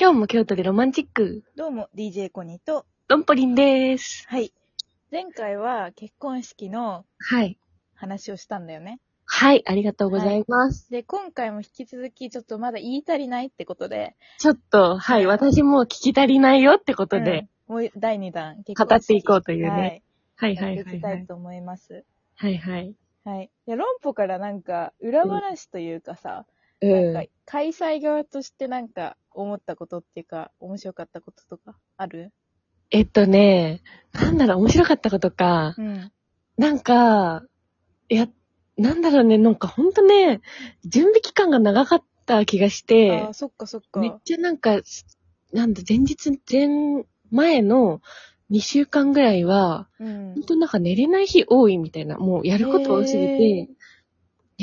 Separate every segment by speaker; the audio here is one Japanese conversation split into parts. Speaker 1: 今日も京都でロマンチック、
Speaker 2: どうも、DJ コニーと、
Speaker 1: ロンポリンです。
Speaker 2: はい。前回は結婚式の
Speaker 1: はい。
Speaker 2: 話をしたんだよね。
Speaker 1: はい、ありがとうございます。
Speaker 2: で、今回も引き続き、ちょっとまだ言い足りないってことで、
Speaker 1: ちょっと、はい、私もう聞き足りないよってことで、
Speaker 2: うんもう第2弾、結
Speaker 1: 語っていこうというね
Speaker 2: はい。
Speaker 1: はい
Speaker 2: や
Speaker 1: はい
Speaker 2: って
Speaker 1: はい
Speaker 2: いき
Speaker 1: は
Speaker 2: た
Speaker 1: い
Speaker 2: い。と思います。
Speaker 1: はいはい。
Speaker 2: はい。いや、論法からなんか、裏話というかさ、
Speaker 1: うん。
Speaker 2: なんか、開催側としてなんか、思ったことっていうか、面白かったこととか、ある
Speaker 1: えっとね、なんだろう、面白かったことか、
Speaker 2: うん。
Speaker 1: なんか、いや、なんだろうね、なんかほんとね、準備期間が長かった気がし
Speaker 2: あ
Speaker 1: て
Speaker 2: ー、、そっかそっか。
Speaker 1: めっちゃなんか、なんだ、前日、前、前の2週間ぐらいは、
Speaker 2: うん
Speaker 1: 本。当なんか寝れない日多いみたいな、もうやること多すぎ
Speaker 2: へ
Speaker 1: て、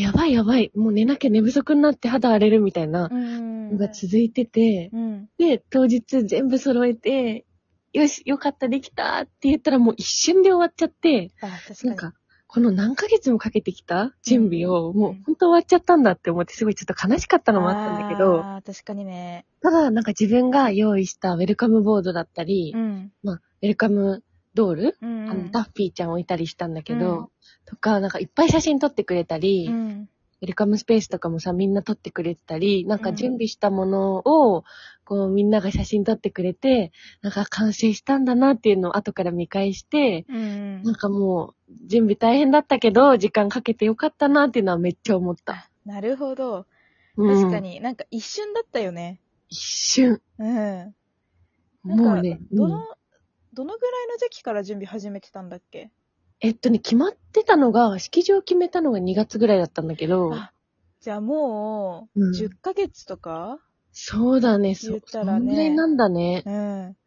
Speaker 1: やばいやばい、もう寝なきゃ寝不足になって肌荒れるみたいな
Speaker 2: うん。
Speaker 1: のが続いてて、
Speaker 2: うん。
Speaker 1: で、当日全部揃えて、よし、よかった、できたって言ったらもう一瞬で終わっちゃって、
Speaker 2: あ、確か
Speaker 1: なん
Speaker 2: に。
Speaker 1: か、この何ヶ月もかけてきた準備を、もう
Speaker 2: うん
Speaker 1: 本当終わっちゃったんだって思って、すごいちょっと悲しかったのもあったんだけど、
Speaker 2: あー確かにね。
Speaker 1: ただなんか自分が用意したウェルカムボードだったり、
Speaker 2: うん。
Speaker 1: まあ、ウェルカムドール
Speaker 2: うん、
Speaker 1: あの、
Speaker 2: うん。
Speaker 1: ダッフィーちゃんをいたりしたんだけど、
Speaker 2: うん
Speaker 1: とか、なんかいっぱい写真撮ってくれたり、
Speaker 2: う
Speaker 1: ウ
Speaker 2: ん。
Speaker 1: ェルカムスペースとかもさ、みんな撮ってくれてたり、なん
Speaker 2: う
Speaker 1: か
Speaker 2: ん
Speaker 1: 準備したものを、こうみんなが写真撮ってくれて、なんか完成したんだなっていうのを後から見返して、
Speaker 2: うん。
Speaker 1: なんかもう、準備大変だったけど、時間かけてよかったなっていうのはめっちゃ思った。
Speaker 2: なるほど。
Speaker 1: うん
Speaker 2: 確か。に、なんか一瞬だったよね。
Speaker 1: 一瞬。
Speaker 2: うん。なんか
Speaker 1: もうね、
Speaker 2: ど
Speaker 1: うん
Speaker 2: の、どのぐらいの時期から準備始めてたんだっけ
Speaker 1: えっとね、決まってたのが、式場決めたのが2月ぐらいだったんだけど、
Speaker 2: あじゃあもう
Speaker 1: う、ん
Speaker 2: 10ヶ月とか
Speaker 1: そうだね、そ
Speaker 2: 言
Speaker 1: う
Speaker 2: っ。た
Speaker 1: そ
Speaker 2: らね
Speaker 1: んぐらいなんだね。
Speaker 2: うん。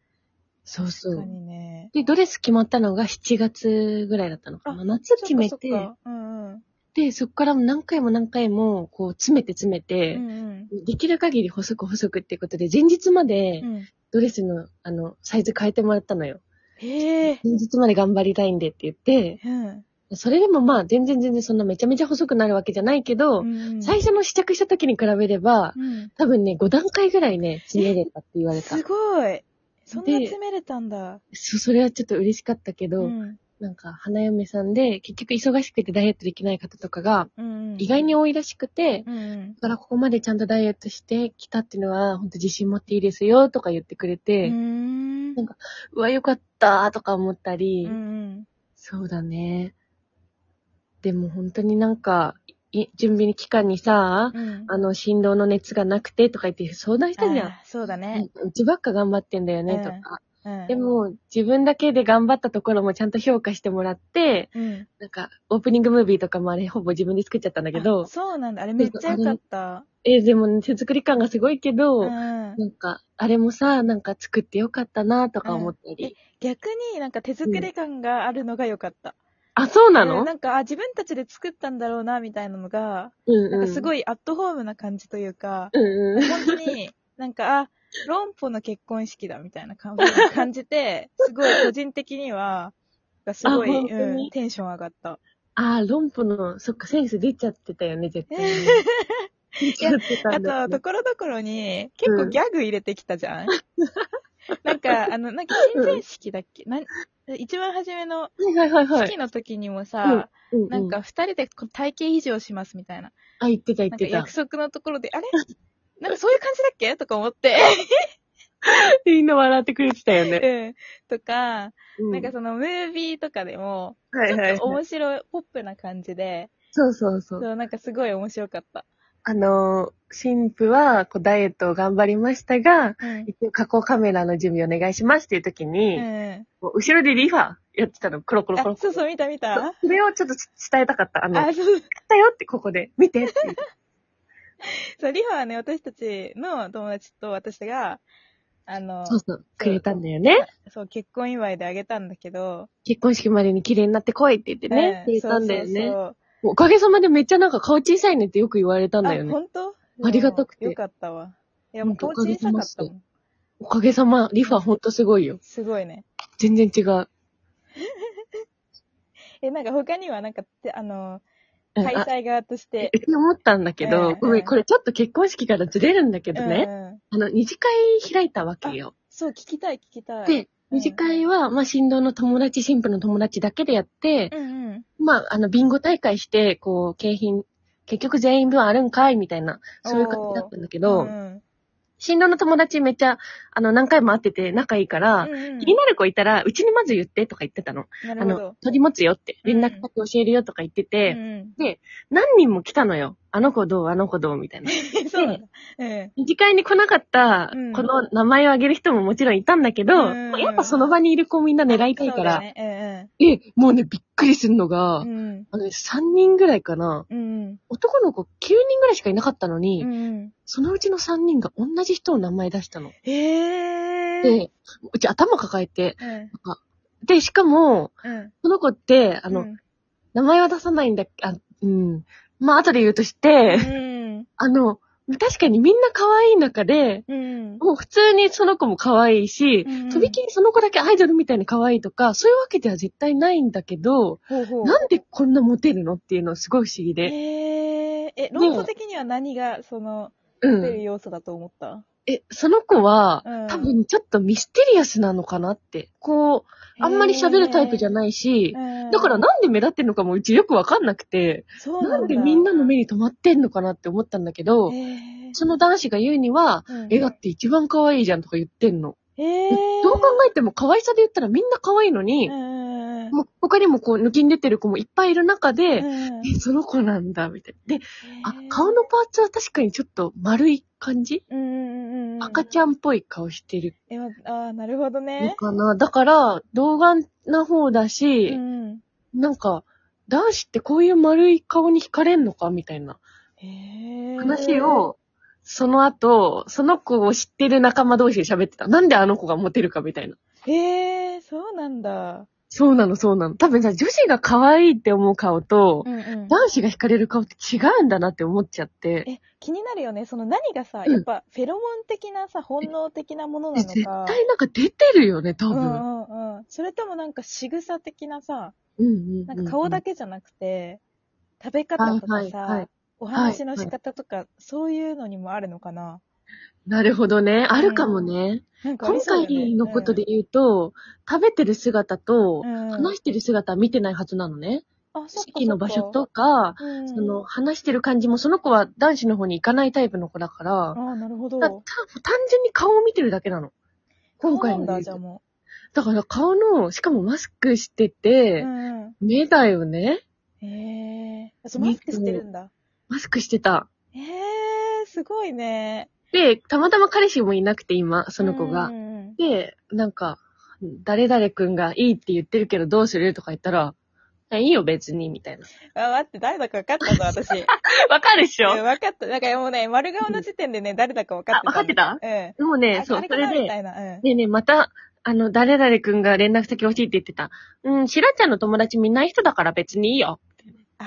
Speaker 1: そうそ
Speaker 2: 確か
Speaker 1: う。
Speaker 2: にね。
Speaker 1: で、ドレス決まったのが7月ぐらいだったのかな。夏決め、
Speaker 2: そってかそっかうんうん。
Speaker 1: で、そこから何回も何回も、こう、詰めて詰め
Speaker 2: う
Speaker 1: て、
Speaker 2: んうん。
Speaker 1: できる限り細く細くってことで、前日まで
Speaker 2: うん
Speaker 1: ドレスの、あの、サイズ変えてもらったのよ。
Speaker 2: へえ。
Speaker 1: 前日まで頑張りたいんでって言って、
Speaker 2: うん
Speaker 1: それでもまあ、全然全然そんなめちゃめちゃ細くなるわけじゃないけど、
Speaker 2: うん。
Speaker 1: 最初の試着した時に比べれば、
Speaker 2: うん。
Speaker 1: 多分ね、5段階ぐらいね、詰めれたって言われた
Speaker 2: す。ごい。そんな詰めれたんだ。
Speaker 1: そ、それはちょっと嬉しかったけど、
Speaker 2: うん。
Speaker 1: なんか、花嫁さんで、結局忙しくてダイエットできない方とかが、
Speaker 2: うんうん。
Speaker 1: 意外に多いらしくて、
Speaker 2: うんうん。
Speaker 1: だからここまでちゃんとダイエットしてきたっていうのは、本当自信持っていいですよ、とか言ってくれ
Speaker 2: う
Speaker 1: て、
Speaker 2: ー
Speaker 1: うんなんかわ、よかった、とか思ったり、
Speaker 2: うん
Speaker 1: そうだね。でも本当になんか、い準備期間にさ、
Speaker 2: うん。
Speaker 1: あの、振動の熱がなくてとか言って相談したじゃん。
Speaker 2: あー。そうだね。
Speaker 1: うんうちばっか頑張ってんだよね、とか。
Speaker 2: うん。
Speaker 1: で、も、自分だけで頑張ったところもちゃんと評価してもらって、
Speaker 2: うん。
Speaker 1: なんか、オープニングムービーとかもあれ、ほぼ自分で作っちゃったんだけ
Speaker 2: あ
Speaker 1: ど、
Speaker 2: そうなんだ。あれめっちゃ良かった。
Speaker 1: えーでも、ね、手作り感がすごいけど、
Speaker 2: うん。
Speaker 1: なんか、あれもさ、なんか作ってよかったなとか思ったり。
Speaker 2: うん逆になんか手作り感があるのが良かった。
Speaker 1: あ、そうな
Speaker 2: う
Speaker 1: の
Speaker 2: んなんか、あ、自分たちで作ったんだろうな、みたいなのが、
Speaker 1: うんうん。
Speaker 2: なんかす
Speaker 1: い。
Speaker 2: ごいアットホームな感じというか、
Speaker 1: うんうん。
Speaker 2: 本当に、なんか、あ、論法の結婚式だ、みたいな感じを感じて、すごい個人的には、すごい、
Speaker 1: あ本当に
Speaker 2: うん、テンション上がった。
Speaker 1: あー、論破の、そっか、センス出ちゃってたよね、絶対に。 出ちゃってた
Speaker 2: あ
Speaker 1: んだ
Speaker 2: と、
Speaker 1: けど
Speaker 2: ところどころに、結構ギャグ入れてきた じゃん、なんか、あの、なんか、親善式だっけ、なん一番初めの
Speaker 1: はいはいはいはい。
Speaker 2: 式の時にもさ、
Speaker 1: うう
Speaker 2: なんか、、二人でこう体型維持をしますみたいな。
Speaker 1: あ、言ってた言
Speaker 2: な
Speaker 1: っ
Speaker 2: んか、
Speaker 1: てた
Speaker 2: 約。束のところで、あれなんか、そういう感じだっけとか思って、
Speaker 1: みんな笑ってくれてたよね。
Speaker 2: うん。 とか、
Speaker 1: う
Speaker 2: なんか、その、ムービーとかでも、
Speaker 1: はいはいはい。
Speaker 2: 面白い、ポップな感じで、
Speaker 1: そうそうそう。
Speaker 2: そう、なんか、すごい面白かった。
Speaker 1: あのー、新婦は、こう、ダイエットを頑張りましたが、
Speaker 2: うん。
Speaker 1: 一応加工カメラの準備お願いしますっていう時
Speaker 2: う
Speaker 1: に、
Speaker 2: ん、
Speaker 1: もう後ろでリファやってたの、コロコロ
Speaker 2: あ
Speaker 1: コロ、コ
Speaker 2: そ
Speaker 1: ロ。
Speaker 2: うそう、見た見た。
Speaker 1: それをちょっと伝えたかった。あの、や
Speaker 2: あ、
Speaker 1: っ
Speaker 2: そう。
Speaker 1: たよってここで、見てっていう。
Speaker 2: そう、リファはね、私たちの友達と私が、あの、
Speaker 1: そうそう、くれたんだよね。
Speaker 2: そう結婚祝いであげたんだけど、
Speaker 1: 結婚式までに綺麗になってこいって言ってね、って言ったんだよね。
Speaker 2: そうそう
Speaker 1: おかげさまでめっちゃなんか顔小さいねってよく言われたんだ
Speaker 2: そう
Speaker 1: よ
Speaker 2: あ、
Speaker 1: ね。
Speaker 2: 本当
Speaker 1: ありがたくて
Speaker 2: よかったわ。いや、もう
Speaker 1: ほ
Speaker 2: 顔
Speaker 1: んとおかげさ
Speaker 2: 小さか
Speaker 1: ま
Speaker 2: ったもん。
Speaker 1: おかげさま、リファほんとすごいよ。
Speaker 2: すごいね。
Speaker 1: 全然違う。
Speaker 2: え、なんか他にはなんか、てあの、
Speaker 1: うん
Speaker 2: 開
Speaker 1: あ
Speaker 2: 催側として。
Speaker 1: って思ったんだけ
Speaker 2: う
Speaker 1: ど、
Speaker 2: ん
Speaker 1: ごめん、これちょっと結婚式からずれるんだけどね、
Speaker 2: う
Speaker 1: あ
Speaker 2: ん
Speaker 1: の、二次会開いたわけよ。
Speaker 2: そう、聞きたい、聞きたい。
Speaker 1: で、
Speaker 2: うん
Speaker 1: 二次会は、まあ、新郎の友達、新婦の友達だけでやって、
Speaker 2: うんうん。
Speaker 1: まあ、あの、ビンゴ大会して、こう、景品、結局全員分あるんかいみたいな、そういう感じだったんだけど、
Speaker 2: うん
Speaker 1: 新郎の友達めっちゃ、あの、何回も会ってて仲いいから、
Speaker 2: うん
Speaker 1: 気になる子いたら、うちにまず言ってとか言ってたの。
Speaker 2: な
Speaker 1: あ
Speaker 2: るほ
Speaker 1: の
Speaker 2: ど。、
Speaker 1: 取り持つよって、
Speaker 2: う
Speaker 1: 連
Speaker 2: ん
Speaker 1: 絡先教えるよとか言ってて、
Speaker 2: うん
Speaker 1: 何人も来たのよ。あの子どうあの子どうみたい な。
Speaker 2: うん、そうなんだ。うん。
Speaker 1: 二次会に来なかった
Speaker 2: うん、
Speaker 1: この名前を挙げる人ももちろんいたんだけど、
Speaker 2: うん
Speaker 1: まあやっぱその場にいる子みんな狙いたい
Speaker 2: そ
Speaker 1: か
Speaker 2: うだ
Speaker 1: ら、
Speaker 2: ね
Speaker 1: え、もうね、びっくりするのが、
Speaker 2: うんうん。
Speaker 1: あのね、3人ぐらいかな。
Speaker 2: うん。
Speaker 1: 男の子9人ぐらいしかいなかったの
Speaker 2: う
Speaker 1: に、
Speaker 2: んうん。
Speaker 1: そのうちの3人が同じ人の名前出したの。
Speaker 2: ええ。
Speaker 1: で、うち頭抱えて、
Speaker 2: うん。
Speaker 1: で、しかも、
Speaker 2: うん。
Speaker 1: この子って、あ
Speaker 2: う
Speaker 1: の、
Speaker 2: ん
Speaker 1: 名前は出さないんだっけ、あ、うん。まあ、後で言うとして、
Speaker 2: うん。
Speaker 1: あの、確かにみんな可愛い中で、
Speaker 2: うん。
Speaker 1: もう普通にその子も可愛いし、
Speaker 2: うん
Speaker 1: とびきりその子だけアイドルみたいに可愛いとか、そういうわけでは絶対ないんだけど、
Speaker 2: ほうほう。
Speaker 1: なんでこんなモテるのっていうのすごい不思議で。
Speaker 2: えー、え、論争的には何が、その、
Speaker 1: う
Speaker 2: 出る
Speaker 1: ん。
Speaker 2: 要素だと思った、
Speaker 1: え、その子は、
Speaker 2: うん
Speaker 1: 多分ちょっとミステリアスなのかなって。こう、あんまり喋るタイプじゃ
Speaker 2: な
Speaker 1: ないし、
Speaker 2: い
Speaker 1: だから
Speaker 2: な、
Speaker 1: なんで目立ってんのかもうちよくわかんなくて、
Speaker 2: そう
Speaker 1: な
Speaker 2: なんだ
Speaker 1: んでみんなの目に留まってんのかなって思ったんだけど、
Speaker 2: えー
Speaker 1: その男子が言うには、
Speaker 2: うん
Speaker 1: え、だって一番可愛いじゃんとか言ってんの。
Speaker 2: え
Speaker 1: どう考えても可愛さで言ったらみんな可愛いの
Speaker 2: え
Speaker 1: に、
Speaker 2: うん
Speaker 1: もう他にもこう抜きん出てる子もいっぱいいる中で、
Speaker 2: うん
Speaker 1: え、その子なんだ、みたいな。で、あ
Speaker 2: えー、
Speaker 1: 顔のパーツは確かにちょっと丸い感じ、
Speaker 2: うんうんうんうん、
Speaker 1: 赤ち
Speaker 2: ゃん。
Speaker 1: ゃんっぽい顔してる
Speaker 2: え、まあー、なるほど
Speaker 1: の
Speaker 2: ね。
Speaker 1: かな。だから、童顔な方だし、
Speaker 2: うん、
Speaker 1: なんか、男子ってこういう丸い顔に惹かれんのかみたいな
Speaker 2: えー、
Speaker 1: 話を、その後、その子を知ってる仲間同士で喋ってた。なんであの子がモテるかみたいな。
Speaker 2: えー、そうなんだ。
Speaker 1: そうなの、そうなの。多分さ、女子が可愛いって思う顔と、
Speaker 2: うんうん、
Speaker 1: 男子が惹かれる顔って違うんだなって思っちゃって。
Speaker 2: え、気になるよね。その何がさ、
Speaker 1: うん
Speaker 2: やっぱ、フェロモン的なさ、本能的なものなのか。
Speaker 1: 絶対なんか出てるよね、多
Speaker 2: う
Speaker 1: 分。
Speaker 2: んうんうん。それともなんか仕草的なさ、
Speaker 1: うんうん
Speaker 2: なんか顔だ
Speaker 1: け。
Speaker 2: けじゃなくて、食べ方と
Speaker 1: あは
Speaker 2: か
Speaker 1: いは
Speaker 2: さ
Speaker 1: い、
Speaker 2: お話の仕方とか、そういうのにもあるのかな
Speaker 1: なるほどね。あるかもね。
Speaker 2: なんかあり
Speaker 1: 今
Speaker 2: そうだよね
Speaker 1: 回のことで、言うと、食べてる姿と
Speaker 2: う、ん、
Speaker 1: 話してる姿は見てないはずなのね。
Speaker 2: あそっかそっか
Speaker 1: 式の場所とか、
Speaker 2: うん
Speaker 1: その話してる感じも、その子は男子の方に行かないタイプの子だから、
Speaker 2: あなるほど。
Speaker 1: だ単純に顔を見てるだけなの。今回
Speaker 2: そう
Speaker 1: の
Speaker 2: なん
Speaker 1: で言う
Speaker 2: だ、じゃあ
Speaker 1: と。
Speaker 2: も
Speaker 1: だから顔の、しかもマスクして
Speaker 2: う。
Speaker 1: て
Speaker 2: う、ん。
Speaker 1: 目だよね。
Speaker 2: えー、そうマスクしてるんだ。
Speaker 1: マスクしてた。
Speaker 2: えー、すごいね。
Speaker 1: で、たまたま彼氏もいなくて今、その子が
Speaker 2: う。ん
Speaker 1: で、なんか、誰々くんがいいって言ってるけどどうするとか言ったら、いいよ別に、みたいな。
Speaker 2: あ、待って、誰だか分かったぞ、私。 い
Speaker 1: わかるでし
Speaker 2: や
Speaker 1: ょ
Speaker 2: 分かった。なんかもうね、丸顔の時点でね、誰だか分かって
Speaker 1: あ
Speaker 2: た、ん、だ
Speaker 1: わかってた
Speaker 2: うん。
Speaker 1: もうね、
Speaker 2: あ
Speaker 1: そう、
Speaker 2: あれ
Speaker 1: そ
Speaker 2: か
Speaker 1: れ
Speaker 2: な
Speaker 1: で、
Speaker 2: みた
Speaker 1: ね
Speaker 2: いな。うん。
Speaker 1: えねえ、また、あの、誰々くんが連絡先欲しいって言ってた。うん、しらちゃんの友達みんないい人だから別にいいよ。
Speaker 2: あ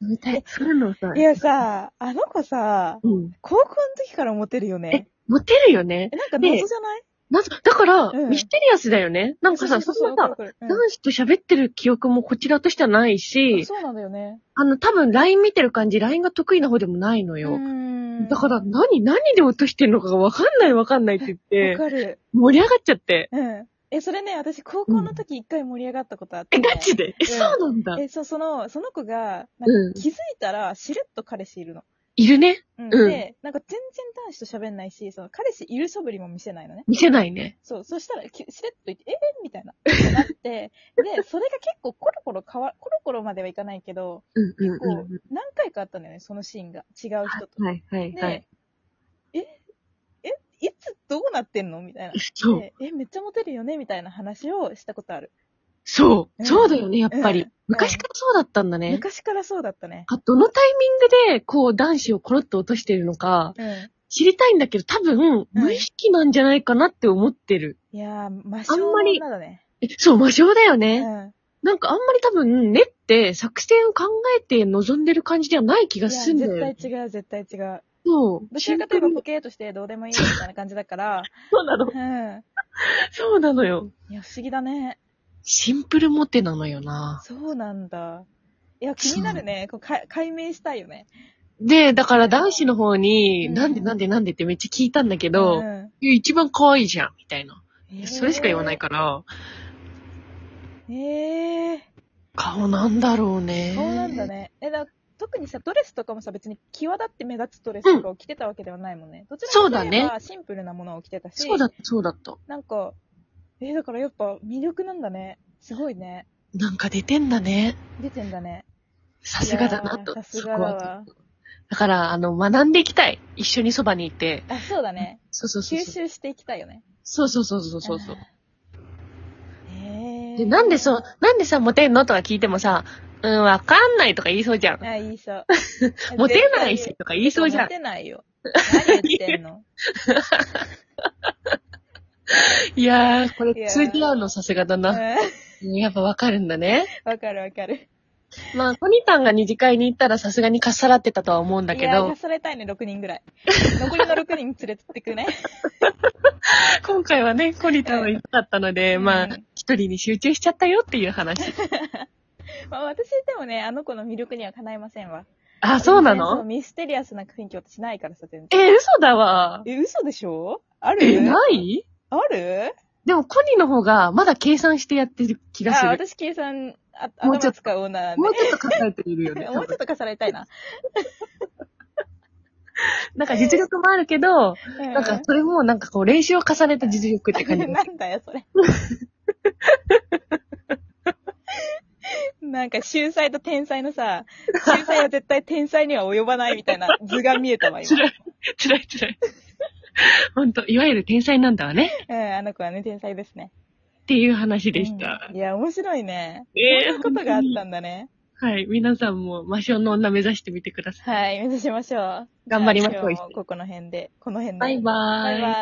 Speaker 1: みたい。そういうのさ
Speaker 2: ーい、やさ、あの子さ、
Speaker 1: うん。
Speaker 2: 高校の時からモテるよね。
Speaker 1: モテるよね。
Speaker 2: え、なんか
Speaker 1: ね
Speaker 2: 謎じゃない
Speaker 1: なぜ、だから、
Speaker 2: うん
Speaker 1: ミステリアスだよね。なんかさ、そんなさ、
Speaker 2: うう
Speaker 1: 男子と喋ってる記憶もこちらとしてはない
Speaker 2: うん
Speaker 1: し、
Speaker 2: そうなんだよね。
Speaker 1: あの、多分 LINE 見てる感じ、LINE が得意な方でもないのよ。だから
Speaker 2: わ
Speaker 1: 何、何で落としてんのかがわかんないわかんないって言って、
Speaker 2: かる。
Speaker 1: 盛り上がっちゃって。
Speaker 2: うん。え、それね、私、高校の時一回盛り上がったことあって。
Speaker 1: え、ガチでえ、
Speaker 2: ん
Speaker 1: そうなんだ。
Speaker 2: え、そう、その、その子が、な
Speaker 1: うんん
Speaker 2: か気づいたら、しれっと彼氏いるの。
Speaker 1: いるね。
Speaker 2: うん。
Speaker 1: うん
Speaker 2: で、なんか全然男子と喋んないし、その、彼氏いるそぶりも見せないのね。
Speaker 1: 見せないね。
Speaker 2: そう、そしたら、きしれっと言って、えーみたいな。なって、で、それが結構コロコロ変わ、コロコロまではいかないけど、
Speaker 1: うんうん
Speaker 2: こ
Speaker 1: う
Speaker 2: う、何回かあったんだよね、そのシーンが。違う人と。
Speaker 1: ん。はいはい
Speaker 2: で、
Speaker 1: はい。
Speaker 2: え、え、いつどうなってんのみたいな。
Speaker 1: そう。
Speaker 2: でえ、めっちゃモテるよねみたいな話をしたことある。
Speaker 1: そうう。
Speaker 2: ん
Speaker 1: そうだよね、やっぱ
Speaker 2: う
Speaker 1: り
Speaker 2: ん。
Speaker 1: 昔からそうだったんだね。
Speaker 2: 昔からそうだったね。
Speaker 1: あどのタイミングで、こう、男子をコロッと落としてるのか、
Speaker 2: うん。
Speaker 1: 知りたいんだけど、多分、無意識なんじゃないかなって思ってる。
Speaker 2: いやー、魔性の
Speaker 1: あんまり
Speaker 2: 女だね。
Speaker 1: え、そう、魔性だよ
Speaker 2: う
Speaker 1: ね。
Speaker 2: ん。
Speaker 1: なんかあんまり多分、ねって作戦を考えて臨んでる感じではない気
Speaker 2: いや、
Speaker 1: がするんだよ。
Speaker 2: 絶対違う、絶対違う。
Speaker 1: そう。
Speaker 2: どちらかといえばポケーとしてどうでもいいみたいな感じだから、
Speaker 1: そうなの
Speaker 2: う。ん。
Speaker 1: そうなのよ。
Speaker 2: いや、不思議だね。
Speaker 1: シンプルモテなのよな。
Speaker 2: そうなんだ。いや、気になるね。こうか解明したいよね。
Speaker 1: で、だから男子の方に、
Speaker 2: うん
Speaker 1: なんでなんでなんでってめっちゃ聞いたんだけ
Speaker 2: う
Speaker 1: ど、
Speaker 2: ん
Speaker 1: いや一番可愛いじゃん、みたいな。
Speaker 2: えー
Speaker 1: それしか言わないから、
Speaker 2: ええ
Speaker 1: 顔なんだろうね。
Speaker 2: そうなんだ。ね。え、だ特にさ、ドレスとかもさ、別に際立って目立つドレスとかを着てたわけではないもんね。どちら
Speaker 1: そう
Speaker 2: か
Speaker 1: だ
Speaker 2: と
Speaker 1: ね
Speaker 2: いえばシンプルなものを着てたし、
Speaker 1: そうだった、そうだった。
Speaker 2: なんか、えーだからやっぱ魅力なんだね。すごいね。
Speaker 1: なんか出てんだね。
Speaker 2: 出てんだね。
Speaker 1: さすがだなと
Speaker 2: いやー。さす
Speaker 1: そこ
Speaker 2: がだ
Speaker 1: は
Speaker 2: わ。
Speaker 1: だから、あの、学んでいきたい。一緒にそばにいて。
Speaker 2: あ、そうだね。
Speaker 1: そうそうそう
Speaker 2: 吸
Speaker 1: そう。
Speaker 2: 収していきたいよね。
Speaker 1: そうそうそうそうそうそう。
Speaker 2: へえ。
Speaker 1: で、なんでそう、なんでさ、モテんのとか聞いてもさ、うん、わかんないとか言いそうじゃん。。
Speaker 2: あ、言いそう
Speaker 1: モテないしとか言いそうじゃ
Speaker 2: モ
Speaker 1: ん。
Speaker 2: テないよ。何言って んの
Speaker 1: いやー、こ
Speaker 2: い
Speaker 1: れ
Speaker 2: やー
Speaker 1: 通じ合うのさすがだ
Speaker 2: うん
Speaker 1: な。やっぱわかるんだね。
Speaker 2: わかるわかる。
Speaker 1: まあ、コニタンが二次会に行ったらさすがにかっさらってたとは思うんだけ
Speaker 2: いやー、
Speaker 1: ど
Speaker 2: 足、されたいね、6 人ぐらい。残りの6人連れてってくね。
Speaker 1: 今回はね、コニタンはいなかったので、
Speaker 2: うん
Speaker 1: まあ、一人に集中しちゃったよっていう話。
Speaker 2: まあ、私でもね、あの子の魅力にはかないませんわ。
Speaker 1: あ、そうな
Speaker 2: 全然そう
Speaker 1: の
Speaker 2: ミステリアスな雰囲気私ないからさ、全然。
Speaker 1: えー、嘘だわ。
Speaker 2: え、嘘でしょある
Speaker 1: え、ない
Speaker 2: ある
Speaker 1: でも、コニの方がまだ計算してやってる気がす
Speaker 2: あ、
Speaker 1: る。
Speaker 2: 私計算、あ
Speaker 1: もうちょ
Speaker 2: 頭
Speaker 1: っ
Speaker 2: 使うオーナー
Speaker 1: もう
Speaker 2: ね。
Speaker 1: ちょっと考えているよ ね。
Speaker 2: もうちょっとかされたいな。
Speaker 1: なんか実力もあるけど、
Speaker 2: な
Speaker 1: なんかそれもなんかこう練習を重ねた実力って感じ。
Speaker 2: なんだよ、それ。 なんか、秀才と天才のさ、秀才は絶対天才には及ばないみたいな図が見えたわ、今。
Speaker 1: 辛い、 辛い、辛い。ほんと、いわゆる天才なんだわね。
Speaker 2: うん、あの子はね、天才ですね。
Speaker 1: っていう話でした
Speaker 2: うん。いや、面白いね。
Speaker 1: ええ
Speaker 2: こんなことがあったんだね。
Speaker 1: はい。皆さんも魔性の女目指してみてください。
Speaker 2: はい、目指しましょう。
Speaker 1: 頑張りましょう
Speaker 2: じゃあ今日もここの辺で、この辺で。
Speaker 1: バイバーイ。
Speaker 2: バイバイ